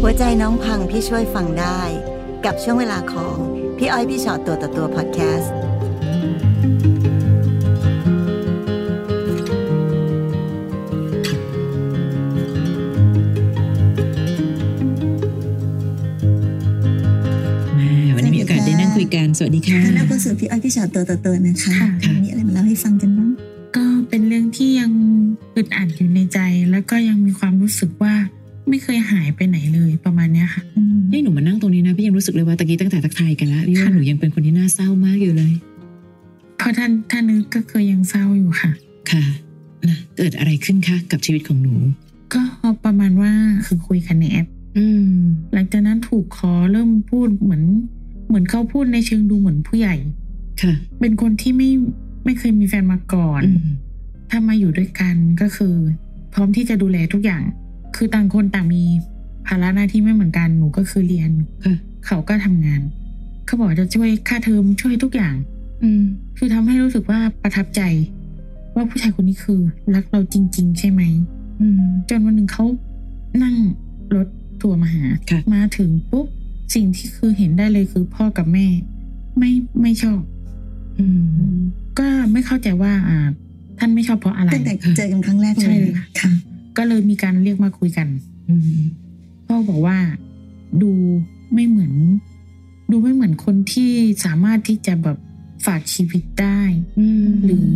หัวใจน้องพังพี่ช่วยฟังได้ กับช่วงเวลาของพี่อ้อยพี่ชอตตัวต่อตัวพอดแคสต์ มาวันนี้มีโอกาสได้นั่งคุยกัน สวัสดีค่ะ ต้อนรับเข้าสู่พี่อ้อยพี่ชอตตัวต่อตัวนะคะ ค่ะ วันนี้อะไรมาเล่าให้ฟังกันบ้าง ก็เป็นเรื่องที่ยังอึดอัดอยู่ในใจ แล้วก็ยังมีความรู้สึกว่าไม่เคยหายไปไหนเลยประมาณเนี้ยค่ะ อืม นี่หนูมานั่งตรงนี้นะ พี่ยังรู้สึกเลยว่าตะกี้ตั้งแต่ทักทายกันแล้วพี่ว่า ค่ะ หนูยังเป็นคนที่น่าเศร้ามากอยู่เลย เพราะท่านท่านนึกก็คือยังเศร้าอยู่ค่ะ ค่ะนะเกิดอะไรขึ้นคะกับชีวิตของหนู ก็ประมาณว่าคือคุยกันในแอป อืม หลังจากนั้นถูกขอเริ่มพูดเหมือน เหมือนเขาพูดในเชิงดูเหมือนผู้ใหญ่ ค่ะ เป็นคนที่ไม่ไม่เคยมีแฟนมาก่อน อืม ถ้ามาอยู่ด้วยกันก็คือ พร้อมที่จะดูแลทุกอย่าง คือต่างคนต่างมีภาระหน้าที่ไม่เหมือนกันหนูก็คือเรียน ค่ะ เขาก็ทำงาน เขาบอกจะช่วยค่าเทอมช่วยทุกอย่าง อืม คือทำให้รู้สึกว่าประทับใจ ว่าผู้ชายคนนี้คือรักเราจริง ๆ ใช่ไหม อืม จนวันหนึ่งเขานั่งรถทัวร์มาหา ค่ะ มาถึงปุ๊บ สิ่งที่คือเห็นได้เลยคือพ่อกับแม่ ไม่ไม่ชอบ อืม ก็ไม่เข้าใจว่าอ่า ท่านไม่ชอบเพราะอะไร ตั้งแต่เจอกันครั้งแรก ใช่ เลย เลยค่ะ ค่ะ ก็เลยมีการเรียกมาคุยกัน อืม พ่อบอกว่าดูไม่เหมือน ดูไม่เหมือนคนที่สามารถที่จะแบบฝากชีวิตได้ อืม หรือ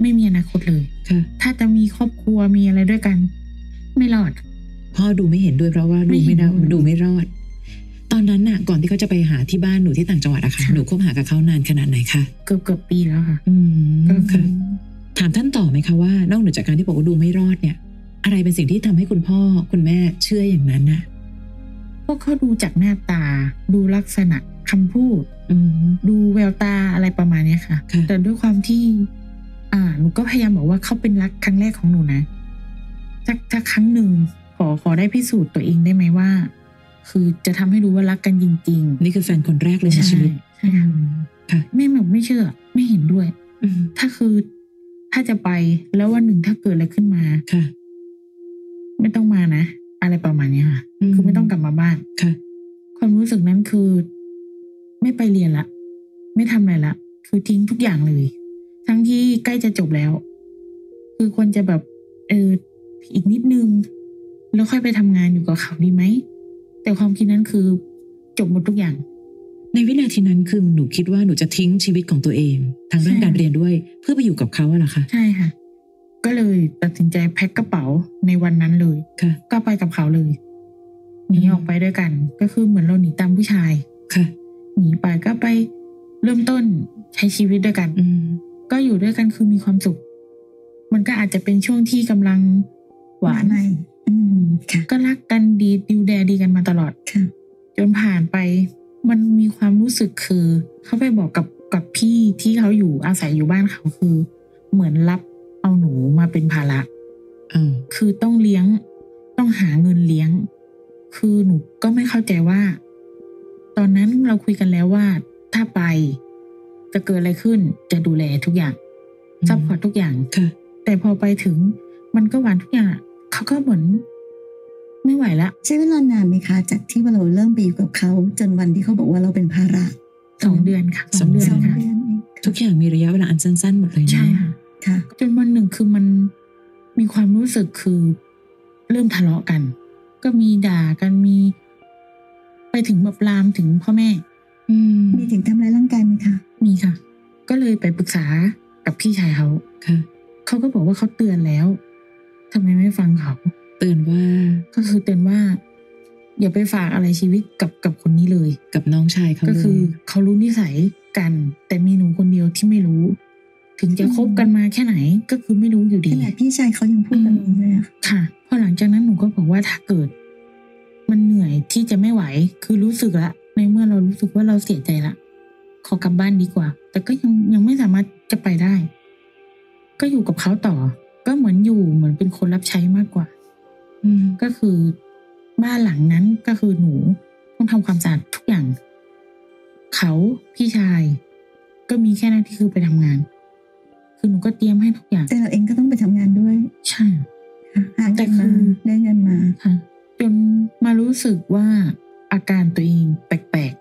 ไม่มีอนาคตเลย ค่ะ ถ้าจะมีครอบครัวมีอะไรด้วยกัน ไม่รอด พ่อดูไม่เห็นด้วยเพราะว่าดู ไม่ ไม่ เห็ ได้ นด้วย ดูไม่รอด ตอนนั้นน่ะ ก่อนที่เขาจะไปหาที่บ้านหนูที่ต่างจังหวัดอะค่ะ ค่ะ หนูคบหากับเขานานขนาดไหนคะ เกือบเกือบปีแล้วค่ะ อืม ก็คื ค่ะ อ ถามท่านต่อไหมคะว่านอกเหนือจากการที่บอกว่าดูไม่รอดเนี่ย อะไรเป็นสิ่งที่ทำให้คุณพ่อคุณแม่เชื่ออย่างนั้นน่ะ พวกเขาดูจากหน้าตา ดูลักษณะคำพูด อืม ดูแววตาอะไรประมาณเนี้ยค่ะ ค่ะ แต่ด้วยความที่ อ่าหนูก็พยายามบอกว่าเขาเป็นรักครั้งแรกของหนูนะสักสักครั้งหนึ่งขอขอได้พิสูจน์ตัวเองได้ไหมว่า คือจะทำให้รู้ว่ารักกันจริง นี่คือแฟนคนแรก ๆ เลยในชีวิต ใช่ค่ะ อืมค่ะ แม่แบบไม่เชื่อ ไม่เห็นด้วย อืม ถ้าคือถ้าจะไปแล้ววันหนึ่งถ้าเกิดอะไรขึ้นมา ค่ะ ไม่ต้องมานะ อะไรประมาณเนี้ยค่ะ คือไม่ต้องกลับมาบ้าน ค่ะ ความรู้สึกนั้นคือ ไม่ไปเรียนละ ไม่ทำอะไรละ คือทิ้งทุกอย่างเลย ทั้งที่ใกล้จะจบแล้ว คือควรจะแบบ เอออีกนิดนึง แล้วค่อยไปทำงานอยู่กับเขาดีไหม แต่ความคิดนั้นคือจบหมดทุกอย่าง ในวินาทีนั้นคือหนูคิดว่าหนูจะทิ้งชีวิตของตัวเอง ทางด้าน ใช่ การเรียนด้วย เพื่อไปอยู่กับเขาอะเหรอคะ ใช่ค่ะ ก็เลยตัดสินใจแพ็คกระเป๋าในวันนั้นเลย ค่ะ ก็ไปกับเขาเลยหนี อืม ออกไปด้วยกัน ก็คือเหมือนเราหนีตามผู้ชาย ค่ะ หนีไปก็ไปเริ่มต้นใช้ชีวิตด้วยกัน อืม ก็อยู่ด้วยกันคือมีความสุข มันก็อาจจะเป็นช่วงที่กำลังหวาน ไม่อืมค่ะ ก็รักกันดีดิวแดดีกันมาตลอด ค่ะ จนผ่านไป มันมีความรู้สึกคือ เขาไปบอกกับกับพี่ที่เขาอยู่อาศัยอยู่บ้านเขาคือ เหมือนรับเอาหนูมาเป็นภาระ เอา คือต้องเลี้ยงต้องหาเงินเลี้ยง คือหนูก็ไม่เข้าใจว่า ตอนนั้นเราคุยกันแล้วว่า ถ้าไปจะเกิดอะไรขึ้นจะดูแลทุกอย่างซัพพอร์ตทุกอย่าง ค่ะ แต่พอไปถึงมันก็หวานทุกอย่างอะเขาก็เหมือน ไม่ไหวละ ใช้เวลานานไหมคะ จากที่เราเริ่มไปอยู่กับเขาจนวันที่เขาบอกว่าเราเป็นภาระ สองเดือนค่ะ สองเดือน สอง ค่ะ เดือนเองค่ะ ทุกอย่างมีระยะเวลาอันสั้นๆหมดเลยนะ ใช่ค่ะ ค่ะ จนวันหนึ่งคือมันมีความรู้สึกคือ เริ่มทะเลาะกัน ก็มีด่ากันมี ไปถึงแบบลามถึงพ่อแม่ อืม มีถึงทำร้ายร่างกายไหมคะ มีค่ะ ก็เลยไปปรึกษากับพี่ชายเขา ค่ะ เขาก็บอกว่าเขาเตือนแล้วทำไมไม่ฟังเขา เตือนว่า ก็คือเตือนว่า อย่าไปฝากอะไรชีวิตกับกับคนนี้เลย กับน้องชายเขา ก็คือ เลย เขารู้นิสัยกัน แต่มีหนูคนเดียวที่ไม่รู้ ถึงจะคบกันมาแค่ไหนก็คือไม่รู้อยู่ ข ดี นาดพี่ชายเขายังพูดแบบนี้เลยอะค่ะ ค่ะพอหลังจากนั้นหนูก็บอกว่าถ้าเกิด มันเหนื่อยที่จะไม่ไหว คือรู้สึกละ ในเมื่อเรารู้สึกว่าเราเสียใจละขอกลับบ้านดีกว่า แต่ก็ยังยังไม่สามารถจะไปได้ ก็อยู่กับเขาต่อ ก็เหมือนอยู่เหมือนเป็นคนรับใช้มากกว่า อืม ก็คือบ้านหลังนั้นก็คือหนูต้องทำความสะอาดทุกอย่าง เขาพี่ชาย ก็มีแค่หน้าที่คือไปทำงาน คือหนูก็เตรียมให้ทุกอย่าง แต่เราเองก็ต้องไปทำงานด้วย ใช่ ค่ะหาเงินมาได้เงินมา ค่ะจน มารู้สึกว่าอาการตัวเองแปลก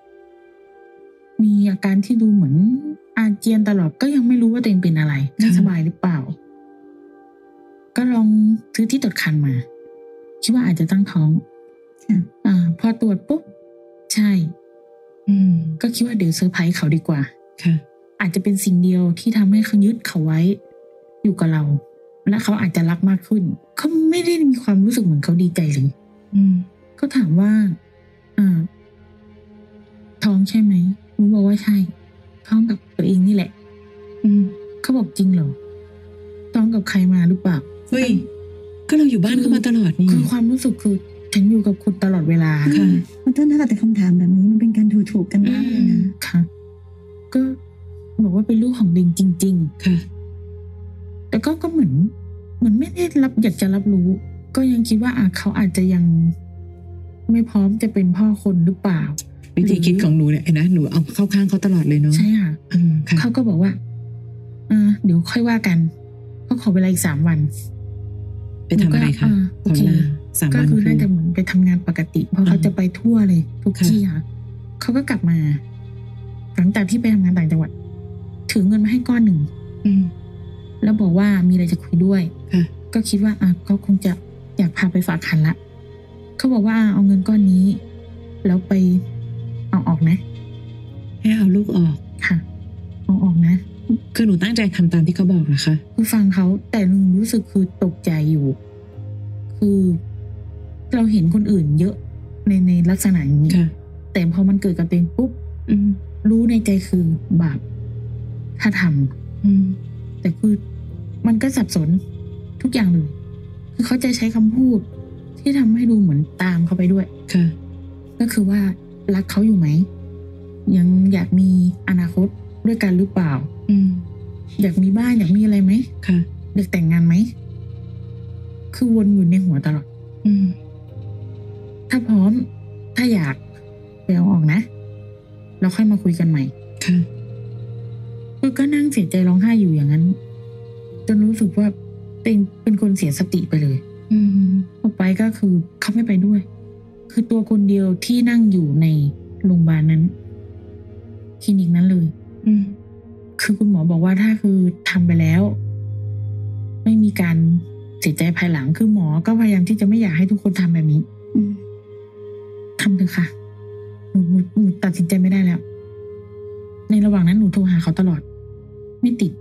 ๆ มีอาการที่ดูเหมือน อาเจียนตลอดก็ยังไม่รู้ว่าตัวเองเป็นอะไรไม่ ค่ะ สบายหรือเปล่า ก็ลองซื้อที่ตรวจคันมา คิดว่าอาจจะตั้งท้อง ค่ะ อ่า พอตรวจปุ๊บ ใช่ อืม ก็คิดว่าเดี๋ยวเซอร์ไพรส์เขาดีกว่า ค่ะ อาจจะเป็นสิ่งเดียวที่ทำให้เขายึดเขาไว้ อยู่กับเรา และเขาอาจจะรักมากขึ้น เขาไม่ได้มีความรู้สึกเหมือนเขาดีใจเลย อืม ก็ถามว่าอ่าท้องใช่ไหมหนูบอกว่าใช่ ท้องกับตัวเองนี่แหละ อืม เขาบอกจริงเหรอ ท้องกับใครมาหรือเปล่า เฮ้ยก็เราอยู่บ้าน คือ กันมาตลอดนี่ คือความรู้สึกคือฉันอยู่กับคุณตลอดเวลา ค่ะ มันต้นนะคะแต่คำถามแบบนี้มันเป็นการถูถูกกันมากเลย อืม นะ ค่ะ ก็บอกว่าเป็นลูกของเดงจริง ๆ ค่ะ แต่ก็ก็เหมือนเหมือนไม่ได้รับอยากจะรับรู้ ก็ยังคิดว่าอ่ะเขาอาจจะยัง ไม่พร้อมจะเป็นพ่อคนหรือเปล่า วิธีคิดของหนูเนี่ยเห็นนะหนูเอาเข้าข้างเขาตลอดเลยเนาะ ใช่ค่ะ อืมค่ะ เขาก็บอกว่าอ่าเดี๋ยวค่อยว่ากันก็ขอเวลาอีกสามวัน ไปทำอะไรคะ หนู ข ก็ อ อ่าเวลาโอเคสาม ก็ วัน คือน่าจะ คือ เหมือนไปทำงานปกติ เพราะ อ่า เขาจะไปทั่วเลย ทุก ค่ะ ที่ค่ะเขาก็กลับมา หลังจากที่ไปทำงานต่างจังหวัดถือเงินมาให้ก้อนหนึ่ง อืม แล้วบอกว่ามีอะไรจะคุยด้วย ค่ะ ก็คิดว่าอ่ะก็คงจะอยากพาไปฝากคันละ เขาบอกว่าอ่ะเอาเงินก้อนนี้ แล้วไปเอาออกนะ ให้เอาลูกออก ค่ะ เอาออกนะ คือหนูตั้งใจทำตามที่เขาบอกนะคะ คือฟังเขาแต่หนูรู้สึกคือตกใจอยู่ คือเราเห็นคนอื่นเยอะในในลักษณะอย่างนี้ ค่ะ แต่พอมันเกิดกับตัวเองปุ๊บ อืม รู้ในใจคือบาปถ้าทำ อืม แต่คือมันก็สับสนทุกอย่างเลย คือเขาจะใช้คำพูด ที่ทำให้ดูเหมือนตามเขาไปด้วย ค่ะ ก็คือว่ารักเขาอยู่ไหม ยังอยากมีอนาคตด้วยกันหรือเปล่า อืม อยากมีบ้านอยากมีอะไรไหม ค่ะ อยากแต่งงานไหม คือวนอยู่ในหัวตลอด อืม ถ้าพร้อม ถ้าอยากไปเอาออกนะ เราค่อยมาคุยกันใหม่ ค่ะ คือก็นั่งเสียใจร้องไห้อยู่อย่างนั้น จนรู้สึกว่าเป็นเป็นคนเสียสติไปเลย อืม พอไปก็คือเขาไม่ไปด้วย คือตัวคนเดียวที่นั่งอยู่ในโรงพยาบาลนั้น คลินิกนั้นเลย อืม คือคุณหมอบอกว่าถ้าคือทำไปแล้ว ไม่มีการเสียใจภายหลัง คือหมอก็พยายามที่จะไม่อยากให้ทุกคนทำแบบนี้ อืม ทำเถอะค่ะหนูหนูหนูตัดสินใจไม่ได้แล้ว ในระหว่างนั้นหนูโทรหาเขาตลอด ไม่ติด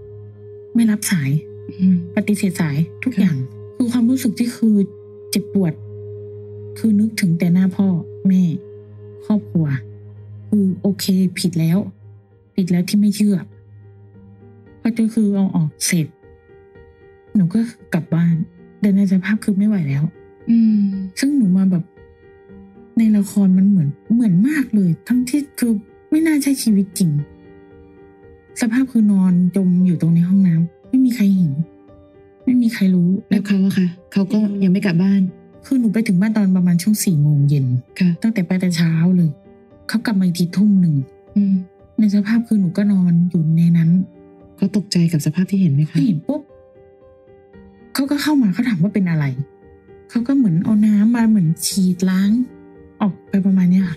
ไม่รับสาย อืม ปฏิเสธสายทุก ค่ะ อย่าง คือความรู้สึกที่คือเจ็บปวด คือนึกถึงแต่หน้าพ่อแม่ ครอบครัว คือโอเค ผิดแล้ว ผิดแล้วที่ไม่เชื่อพอจะคือเอาออกเสร็จ หนูก็กลับบ้าน แต่ในสภาพคือไม่ไหวแล้ว อืม ซึ่งหนูมาแบบ ในละครมันเหมือนเหมือนมากเลย ทั้งที่คือไม่น่าใช่ชีวิตจริง สภาพคือนอนจมอยู่ตรงในห้องน้ำไม่มีใครเห็น ไม่มีใครรู้ แล้ แล้ว วเขาอะค่ะ เขาก็ยังไม่กลับบ้าน คือหนูไปถึงบ้านตอนประมาณช่วงสี่โมงเย็น ค่ะ ตั้งแต่ไปแต่เช้าเลย เขากลับมาอีกทีทุ่มหนึ่ง อืม ในสภาพคือหนูก็นอนอยู่ในนั้น เขาตกใจกับสภาพที่เห็นไหม เขา คะ เห็นปุ๊บเขาก็เข้ามาเขาถามว่าเป็นอะไรเขาก็เหมือนเอาน้ำมาเหมือนฉีดล้าง ออกไปประมาณเนี้ยค่ะ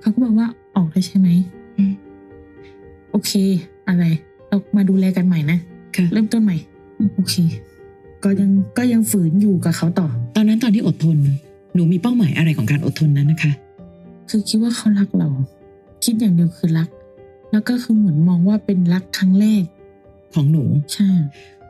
เขาก็บอกว่าออกได้ใช่ไหม อืม โอเค อะไร เรามาดูแลกันใหม่นะ ค่ะ เริ่มต้นใหม่ โอเค ก็ยังก็ยังฝืนอยู่กับเขาต่อ ตอนนั้นตอนที่อดทน หนูมีเป้าหมายอะไรของการอดทนนั้นนะคะ คือคิดว่าเขารักเรา คิดอย่างเดียวคือรัก แล้วก็คือเหมือนมองว่าเป็นรักครั้งแรก ของหนู ใช่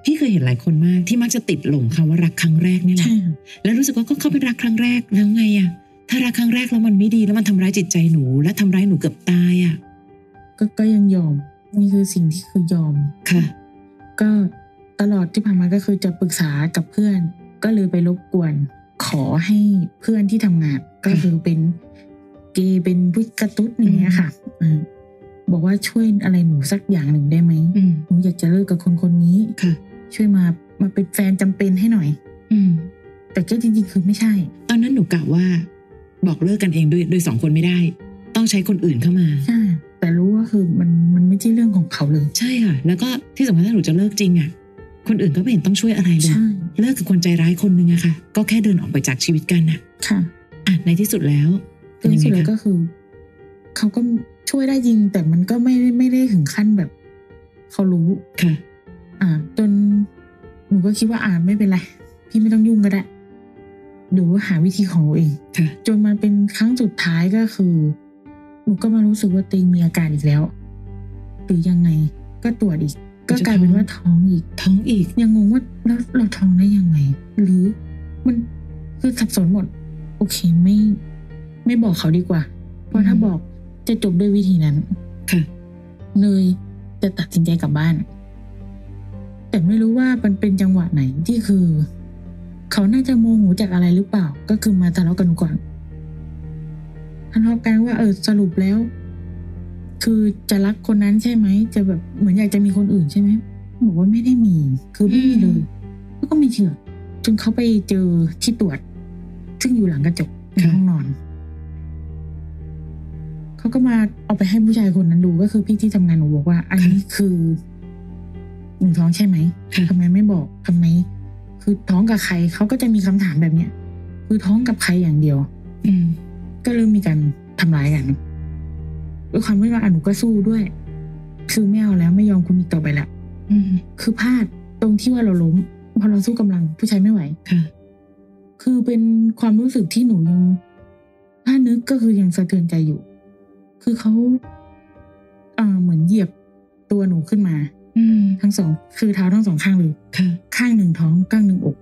พี่เคยเห็นหลายคนมากที่มักจะติดหลงคำว่ารักครั้งแรกนี่แหละ ใช่ค่ะ แล้วรู้สึกว่าก็เขาเป็นรักครั้งแรกแล้วไงอะถ้ารักครั้งแรกแล้วมันไม่ดีแล้วมันทำร้ายจิตใจหนู และทำร้ายหนูเกือบตายอะ ก็ก็ยังยอม นี่คือสิ่งที่คือยอม ค่ะ ก็ตลอดที่ผ่านมาก็คือจะปรึกษากับเพื่อน ก็เลยไปรบกวน ขอให้เพื่อนที่ทำงาน ก็คือเป็นเกย์เป็นผู้กระตุ้นอย่างเงี้ยค่ะอืมบอกว่าช่วยอะไรหนูสักอย่างหนึ่งได้ไหม อืม หนูอยากจะเลิกกับคนคนนี้ ค่ะ ช่วยมามาเป็นแฟนจำเป็นให้หน่อย อืม แต่ก็จริงๆ คือไม่ใช่ ตอนนั้นหนูกะว่า บอกเลิกกันเองด้วยโดยสองคนไม่ได้ ต้องใช้คนอื่นเข้ามา ใช่ แต่รู้ว่าคือมันมันไม่ใช่เรื่องของเขาเลย ใช่ค่ะ แล้วก็ที่สำคัญถ้าหนูจะเลิกจริงอะคนอื่นก็ไม่เห็นต้องช่วยอะไรเลย ใช่ เลิกกับคนใจร้ายคนนึงอะค่ะ ก็แค่เดินออกไปจากชีวิตกันอะ ค่ะ อ่ะ ในที่สุดแล้ว ในที่สุด เป็น แล้ ยั ว งไง ก็ คะ คือ เขาก็ช่วยได้จริง แต่มันก็ไม่ได้ไม่ได้ถึงขั้นแบบ เขารู้ ค่ะ อ่าจนหนูก็คิดว่าอ่านไม่เป็นไร พี่ไม่ต้องยุ่งก็ได้เดี๋ยวหาวิธีของเราเอง ค่ะ จนมาเป็นครั้งสุดท้ายก็คือ หนูก็มารู้สึกว่าตัวเองมีอาการอีกแล้ว หรือยังไง ก็ตรวจอีก ก็กลายเป็นว่าท้องอีก ท้องอีก ยังงงว่าแล้วเราท้องได้ยังไง หรือมันคือสับสนหมด โอเคไม่ ไม่บอกเขาดีกว่า เพราะถ้า อืม บอกจะจบด้วยวิธีนั้น ค่ะ เลยจะตัดสินใจกลับบ้าน แต่ไม่รู้ว่ามันเป็นจังหวะไหนที่คือ เขาน่าจะโมโหจากอะไรหรือเปล่า ก็คือมาทะเลาะกันก่อนทะเลาะกันว่าเออสรุปแล้ว คือจะรักคนนั้นใช่ไหมจะแบบเหมือนอยากจะมีคนอื่นใช่ไหมบอกว่าไม่ได้มี คือไม่มีเลย แล้วก็ไม่เชื่อจนเขาไปเจอที่ตรวจ ซึ่งอยู่หลังกระจกใน ค่ะ ห้องนอน เขาก็มาเอาไปให้ผู้ชายคนนั้นดูก็คือพี่ที่ทำงานหนูบอกว่า อันนี้คือหนูท้องใช่ไหม ค่ะ ทำไมไม่บอกทำไม คือท้องกับใครเขาก็จะมีคำถามแบบเนี้ย คือท้องกับใครอย่างเดียว อืม ก็เริ่มมีการทำร้ายกันด้วยความที่ว่าอ่ะหนูก็สู้ด้วย คือไม่เอาแล้วไม่ยอมคุณอีกต่อไปละ อืม คือพลาดตรงที่ว่าเราล้มพอเราสู้กำลังผู้ชายไม่ไหว ค่ะ คือเป็นความรู้สึกที่หนูยังถ้านึกก็คือยังสะเทือนใจอยู่ คือเขาเอ่อเหมือนเหยียบตัวหนูขึ้นมา อืม ทั้งสอง คือเท้าทั้งสองข้างเลย ค่ะ ข้างหนึ่งท้องข้างหนึ่งอก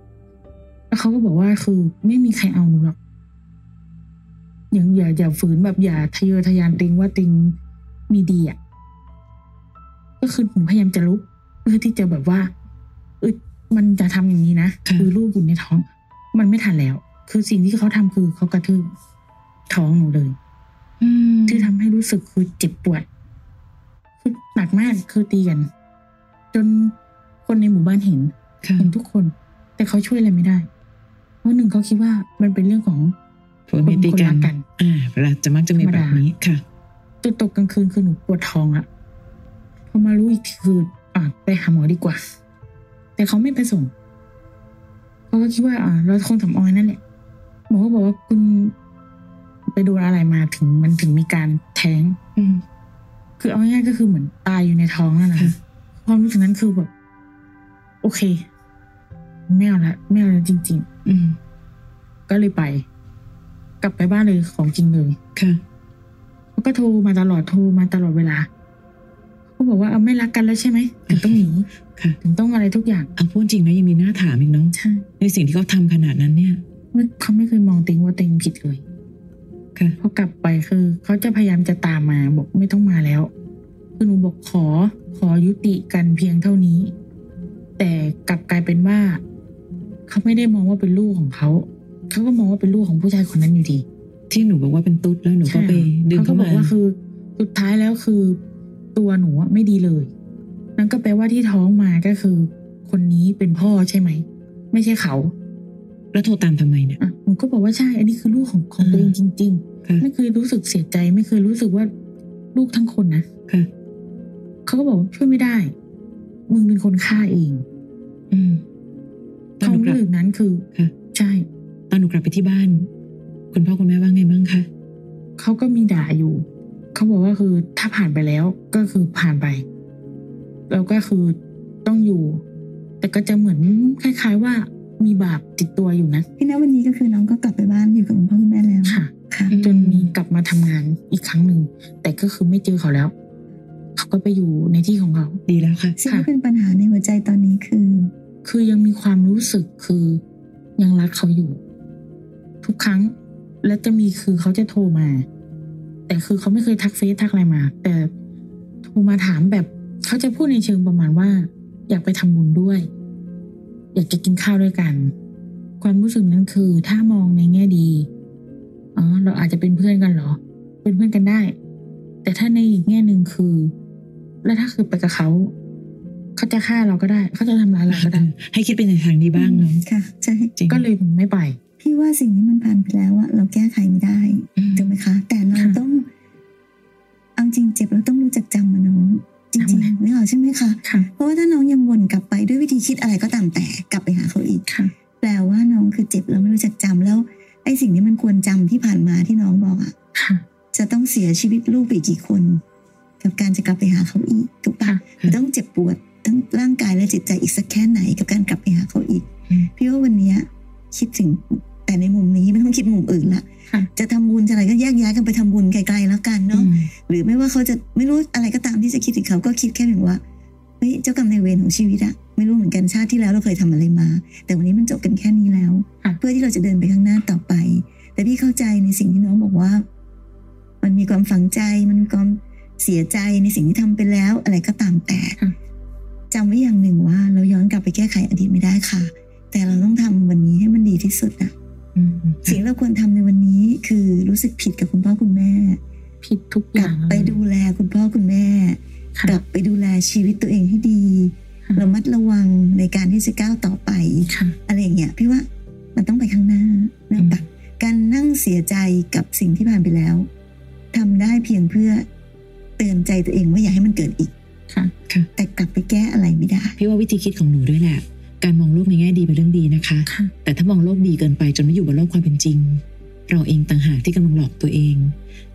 แล้วเขาก็บอกว่าคือไม่มีใครเอาหนูหรอกอย่างอย่าอย่าฝืนแบบอย่าทะเยอทะยานติงว่าติงมีดีอ่ะ ก็คือผมพยายามจะลุกเพื่อที่จะแบบว่าอึดมันจะทำอย่างนี้นะคือลูกอยู่ในท้อง มันไม่ทันแล้ว คือสิ่งที่เขาทำคือเขากระทืบท้องหนูเลย อืม ที่ทำให้รู้สึกคือเจ็บปวดคือหนักมากคือตีกัน จนคนในหมู่บ้านเห็น ค่ะ เห็นทุกคน แต่เขาช่วยอะไรไม่ได้ เพราะหนึ่งเขาคิดว่ามันเป็นเรื่องของ ผัวเมียตีกันคนรักกัน อ่าเวลาจะมักจะมีแบบนี้ค่ะ จนตกกลางคืนคือหนูปวดท้องอะพอมารู้อีกทีคืออ่ะไปหาหมอดีกว่า แต่เขาไม่ไปส่งเขาก็คิดว่า อ่ะเราคงทำออยนั่นแหละหมอก็บอกว่าคุณไปโดนอะไรมาถึงมันถึงมีการแท้ง อืม คือเอาง่ายๆก็คือเหมือนตายอยู่ในท้องนั่นแหละ ค่ะ ความรู้สึกนั้นคือแบบโอเคไม่เอาละไม่เอาละจริง ๆ อืม ก็เลยไป กลับไปบ้านเลยของจริงเลย ค่ะ แล้วก็โทรมาตลอดโทรมาตลอดเวลาเขาบอกว่าเอาไม่รักกันแล้วใช่ไหมถึงต้องหนี ค่ะ ถึงต้องอะไรทุกอย่าง เอาพูดจริงนะยังมีหน้าถามอีกเนาะ ใช่ ในสิ่งที่เขาทำขนาดนั้นเนี่ย ไม่เขาไม่เคยมองติงว่าติงผิดเลย ค่ะ พอกลับไปคือเขาจะพยายามจะตามมาบอกไม่ต้องมาแล้วคือหนูบอกขอขอยุติกันเพียงเท่านี้ แต่กลับกลายเป็นว่าเขาไม่ได้มองว่าเป็นลูกของเขาเขาก็มองว่าเป็นลูกของผู้ชายคนนั้นอยู่ดี ที่หนูบอกว่าเป็นตุ๊ดแล้วหนูก็ไปดึง เขา เข้า ก็มาบอกว่าคือสุดท้ายแล้วคือ ตัวหนูอะไม่ดีเลย นั่นก็แปลว่าที่ท้องมาก็คือ คนนี้เป็นพ่อใช่ไหม ไม่ใช่เขา แล้วโทรตามทำไมเนี่ย อ่ะหนูก็บอกว่าใช่ อันนี้คือลูกของของตัวเองจริง ค่ะ ๆ ไม่เคยรู้สึกเสียใจ ไม่เคยรู้สึกว่าลูกทั้งคนนะ ค่ะ เขาก็บอกว่าช่วยไม่ได้ มึงเป็นคนฆ่าเอง อืมตอน เขา หนูก รู้ ลับ สึกนั้นคือ ค่ะ ใช่ ตอนหนูกลับไปที่บ้าน คุณพ่อคุณแม่ว่าไงบ้างคะ เขาก็มีด่าอยู่ เขาบอกว่าคือถ้าผ่านไปแล้วก็คือผ่านไป แล้วก็คือต้องอยู่ แต่ก็จะเหมือนคล้าย ๆ ว่ามีบาปติดตัวอยู่นะ ที่ณวันนี้ก็คือน้องก็กลับไปบ้านอยู่กับคุณพ่อคุณแม่แล้ว ค่ะ ค่ะ อืม จนมีกลับมาทำงานอีกครั้งหนึ่ง แต่ก็คือไม่เจอเขาแล้ว เขาก็ไปอยู่ในที่ของเขา ดีแล้วค่ะ สิ่ง ค่ะ ที่เป็นปัญหาในหัวใจตอนนี้คือ คือยังมีความรู้สึกคือยังรักเขาอยู่ ทุกครั้ง และจะมีคือเขาจะโทรมา แต่คือเขาไม่เคยทักเฟซทักอะไรมา แต่โทรมาถามแบบเขาจะพูดในเชิงประมาณว่า อยากไปทำบุญด้วย อยากจะกินข้าวด้วยกัน ความรู้สึกนั้นคือ ถ้ามองในแง่ดีอ๋อเราอาจจะเป็นเพื่อนกันเหรอ เป็นเพื่อนกันได้ แต่ถ้าในอีกแง่หนึ่งคือ แล้วถ้าคือไปกับเขาเขาจะฆ่าเราก็ได้ เขาจะทำร้ายเราก็ได้ ให้คิดเป็นในทางดีบ้างเนาะ ค่ะใช่ จริง ก็เลยไม่ไป พี่ว่าสิ่งนี้มันผ่านไปแล้วอะเราแก้ไขไม่ได้ อืม ถูกไหมคะ แต่เรา ค่ะ ต้องเอาจริงเจ็บเราต้องรู้จักจำมันน้องจริง จำมัน ๆนึกออกใช่ไหมคะ ค่ะ เพราะว่าถ้าน้องยังวนกลับไปด้วยวิธีคิดอะไรก็ตามแต่กลับไปหาเขาอีก ค่ะ แปลว่าน้องคือเจ็บแล้วไม่รู้จักจำแล้วไอ้สิ่งที่มันควรจำที่ ผ่านมาที่น้องบอกอะ ค่ะ จะต้องเสียชีวิตลูกไปกี่คน กับการจะกลับไปหาเขาอีกถูกปะ ค่ะ มันต้องเจ็บปวดทั้งร่างกายและจิตใจอีกสักแค่ไหน กับการกลับไปหาเขาอีก อืม พี่ว่าวันเนี้ยคิดถึงแต่ในมุมนี้ไม่ต้องคิดมุมอื่นละ ค่ะ จะทำบุญจะอะไรก็แยกย้ายกันไปทำบุญไกลๆแล้วกันเนาะ อืม หรือไม่ว่าเขาจะไม่รู้อะไรก็ตามที่จะคิดถึงเขาก็คิดแค่เพียงว่าเฮ้ยเจ้ากรรมนายเวรของชีวิตอะไม่รู้เหมือนกันชาติที่แล้วเราเคยทำอะไรมา แต่วันนี้มันจบกันแค่นี้แล้ว ค่ะ เพื่อที่เราจะเดินไปข้างหน้าต่อไป แต่พี่เข้าใจในสิ่งที่น้องบอกว่า มันมีความฝังใจ มันมีความเสียใจในสิ่งที่ทำไปแล้ว อะไรก็ตามแต่ ค่ะ จำไว้อย่างหนึ่งว่า เราย้อนกลับไปแก้ไขอดีตไม่ได้ค่ะ แต่เราต้องทำวันนี้ให้มันดีที่สุดอะ อืม สิ่งที่เราควรทำในวันนี้คือรู้สึกผิดกับคุณพ่อคุณแม่ ผิดทุกอกลัย่าบ ง ไปดูแลคุณพ่อคุณแม่ ค่ะ กลับไปดูแลชีวิตตัวเองให้ดี ค่ะ ระมัดระวังในการที่จะก้าวต่อไป ค่ะ อะไรอย่างเงี้ยพี่ว่ามันต้องไปข้างหน้าเนื่องจากการนั่งเสียใจกับสิ่งที่ผ่านไปแล้วทำได้เพียงเพื่อเตือนใจตัวเองว่าอย่าให้มันเกิดอีก ค่ะ แต่กลับไปแก้อะไรไม่ได้ พี่ว่าวิธีคิดของหนูด้วยแหละ การมองโลกในแง่ดีเป็นเรื่องดีนะคะ ค่ะ แต่ถ้ามองโลกดีเกินไปจนไม่อยู่บนโลกความเป็นจริง เราเองต่างหากที่กำลังหลอกตัวเอง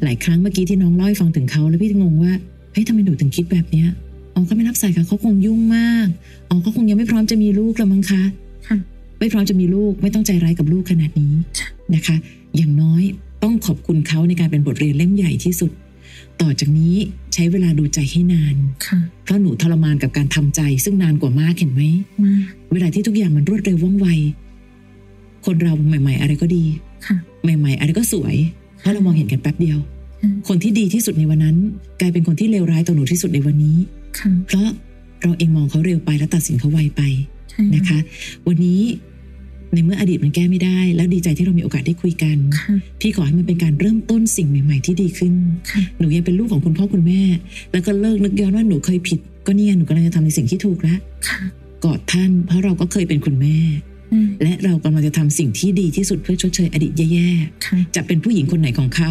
หลายครั้งเมื่อกี้ที่น้องเล่าให้ฟังถึงเขาแล้วพี่งงว่าเฮ้ยทำไมหนูถึงคิดแบบเนี้ยอ๋อก็ไม่รับสายค่ะเขาคงยุ่งมากอ๋อเขาคงยังไม่พร้อมจะมีลูกละมั้งคะ ค่ะ ไม่พร้อมจะมีลูกไม่ต้องใจร้ายกับลูกขนาดนี้นะคะ อย่างน้อยต้องขอบคุณเขาในการเป็นบทเรียนเล่มใหญ่ที่สุด ต่อจากนี้ใช้เวลาดูใจให้นาน ค่ะ เพราะหนูทรมานกับการทำใจ ซึ่งนานกว่ามากเห็นไหม มาก เวลาที่ทุกอย่างมันรวดเร็วว่องไว คนเราใหม่ ๆ อะไรก็ดี ค่ะ ใหม่ ๆ อะไรก็สวย เพราะเรามองเห็นกันแป๊บเดียว อืม คนที่ดีที่สุดในวันนั้น กลายเป็นคนที่เลวร้ายต่อหนูที่สุดในวันนี้ ค่ะ เพราะเราเองมองเขาเร็วไปและตัดสินเขาไวไป ใช่ นะคะ วันนี้ในเมื่ออดีตมันแก้ไม่ได้ แล้วดีใจที่เรามีโอกาสได้คุยกัน ค่ะ พี่ขอให้มันเป็นการเริ่มต้นสิ่งใหม่ ๆ ที่ดีขึ้น ค่ะ หนูยังเป็นลูกของคุณพ่อคุณแม่ แล้วก็เลิกนึกย้อนว่าหนูเคยผิด ก็เนี่ยหนูกำลังจะทำในสิ่งที่ถูกแล้ว ค่ะ กอดท่าน เพราะเราก็เคยเป็นคุณแม่ อืม และเรากำลังจะทำสิ่งที่ดีที่สุดเพื่อชดเชยอดีตแย่ ค่ะ ๆ จะเป็นผู้หญิงคนไหนของเขา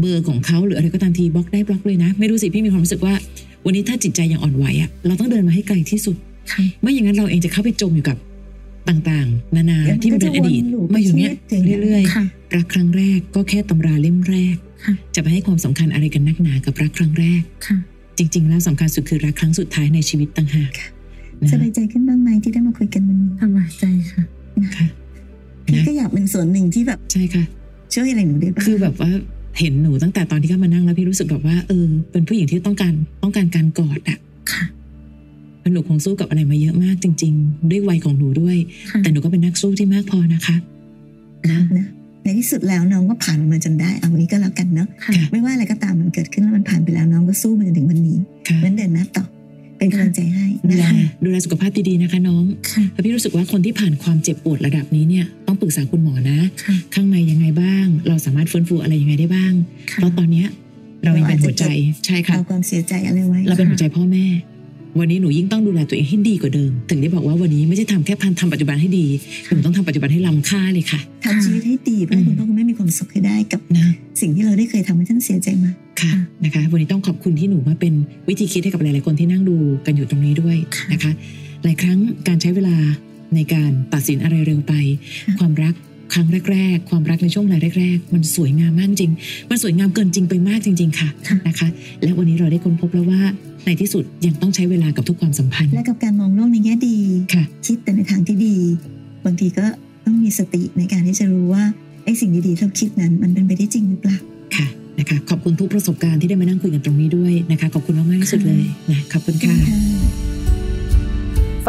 เบอร์ของเขาหรืออะไรก็ตามทีบล็อกได้บล็อกเลยนะ ไม่รู้สิพี่มีความรู้สึกว่า วันนี้ถ้าจิตใจยังอ่อนไหวอะเราต้องเดินมาให้ไกลที่สุด ค่ะ ไม่อย่างนั้นเราเองจะเข้าไปจมอยู่กับต่างๆ นานา เดี๋ยวมัน ที่มันเป็นอดีต ก็จะวนลูป มาอยู่เนี้ย ชีวิตอย่างเงี้ย เรื่อย ค่ะ ๆรักครั้งแรกก็แค่ตำราเล่มแรก ค่ะ จะไปให้ความสำคัญอะไรกันนักหนากับรักครั้งแรก ค่ะ จริง ๆ แล้วสำคัญสุดคือรักครั้งสุดท้ายในชีวิตต่างหากนะ สบายใจขึ้นบ้างไหมที่ได้มาคุยกันวันนี้ สบายใจค่ะ ค่ะ พี่ นะ ก็อยากเป็นส่วนหนึ่งที่แบบ ใช่ค่ะ ช่วยอะไรหนูได้บ้าง คือแบบว่าเห็นหนูตั้งแต่ตอนที่เข้ามานั่งแล้วพี่รู้สึกแบบว่าเออเป็นผู้หญิงที่ต้องการต้องการการกอดอะ ค่ะ แล้วหนูคงสู้กับอะไรมาเยอะมากจริง ๆ ด้วยวัยของหนูด้วย ค่ะ แต่หนูก็เป็นนักสู้ที่มากพอนะคะนะ นะในที่สุดแล้วน้องก็ผ่านมันมาจนได้เอาวันนี้ก็แล้วกันเนาะ ค่ะ ไม่ว่าอะไรก็ตามมันเกิดขึ้นแล้วมันผ่านไปแล้วน้องก็สู้มาจนถึงวันนี้ ค่ะ งั้นเดินหน้าต่อ เป็นกำลังใจให้ ดู นะ แล คะ ดูแลสุขภาพดีๆนะคะน้อง ค่ะ แล้วพี่รู้สึกว่าคนที่ผ่านความเจ็บปวดระดับนี้เนี่ยต้องปรึกษาคุณหมอนะ ค่ะ ข้างในยังไงบ้าง เราสามารถฟื้นฟูอะไรยังไงได้บ้าง ค่ะ เพราะตอนเนี้ยเรายังเป็นหัวใจใช่ค่ะ เอาความเสียใจอะไรไว้ เราเป็นหัวใจพ่อแม่ วันนี้หนูยิ่งต้องดูแลตัวเองให้ดีกว่าเดิม ถึงได้บอกว่าวันนี้ไม่ใช่ทำแค่พันทำปัจจุบันให้ดี หนูต้องทำปัจจุบันให้ล้ำค่าเลยค่ะ ทำชีวิตให้ดีเพื่อให้คุณพ่อคุณแม่มีความสุขให้ได้กับ นะ สิ่งที่เราได้เคยทำให้ท่านเสียใจมา ค่ะ นะคะ วันนี้ต้องขอบคุณที่หนูมาเป็นวิธีคิดให้กับหลาย ๆ คนที่นั่งดูกันอยู่ตรงนี้ด้วยนะคะ หลายครั้งการใช้เวลาในการตัดสินอะไรเร็วไป ค่ะ ความรักครั้งแรก ๆ ความรักในช่วงเวลาแรก ๆ มันสวยงามมากจริง มันสวยงามเกินจริงไปมากจริง ๆ ค่ะ ค่ะ นะคะ และวันนี้เราได้ค้นพบแล้วว่าในที่สุดยังต้องใช้เวลากับทุกความสัมพันธ์ และกับการมองโลกในแง่ดี ค่ะ คิดแต่ในทางที่ดี บางทีก็ต้องมีสติในการที่จะรู้ว่าไอ้สิ่งดีๆที่เราคิดนั้น มันเป็นไปได้จริงหรือเปล่า ค่ะนะคะขอบคุณทุกประสบการณ์ที่ได้มานั่งคุยกันตรงนี้ด้วยนะคะ ขอบคุณมากๆที่สุดเลยนะขอบคุณค่ะ ฟ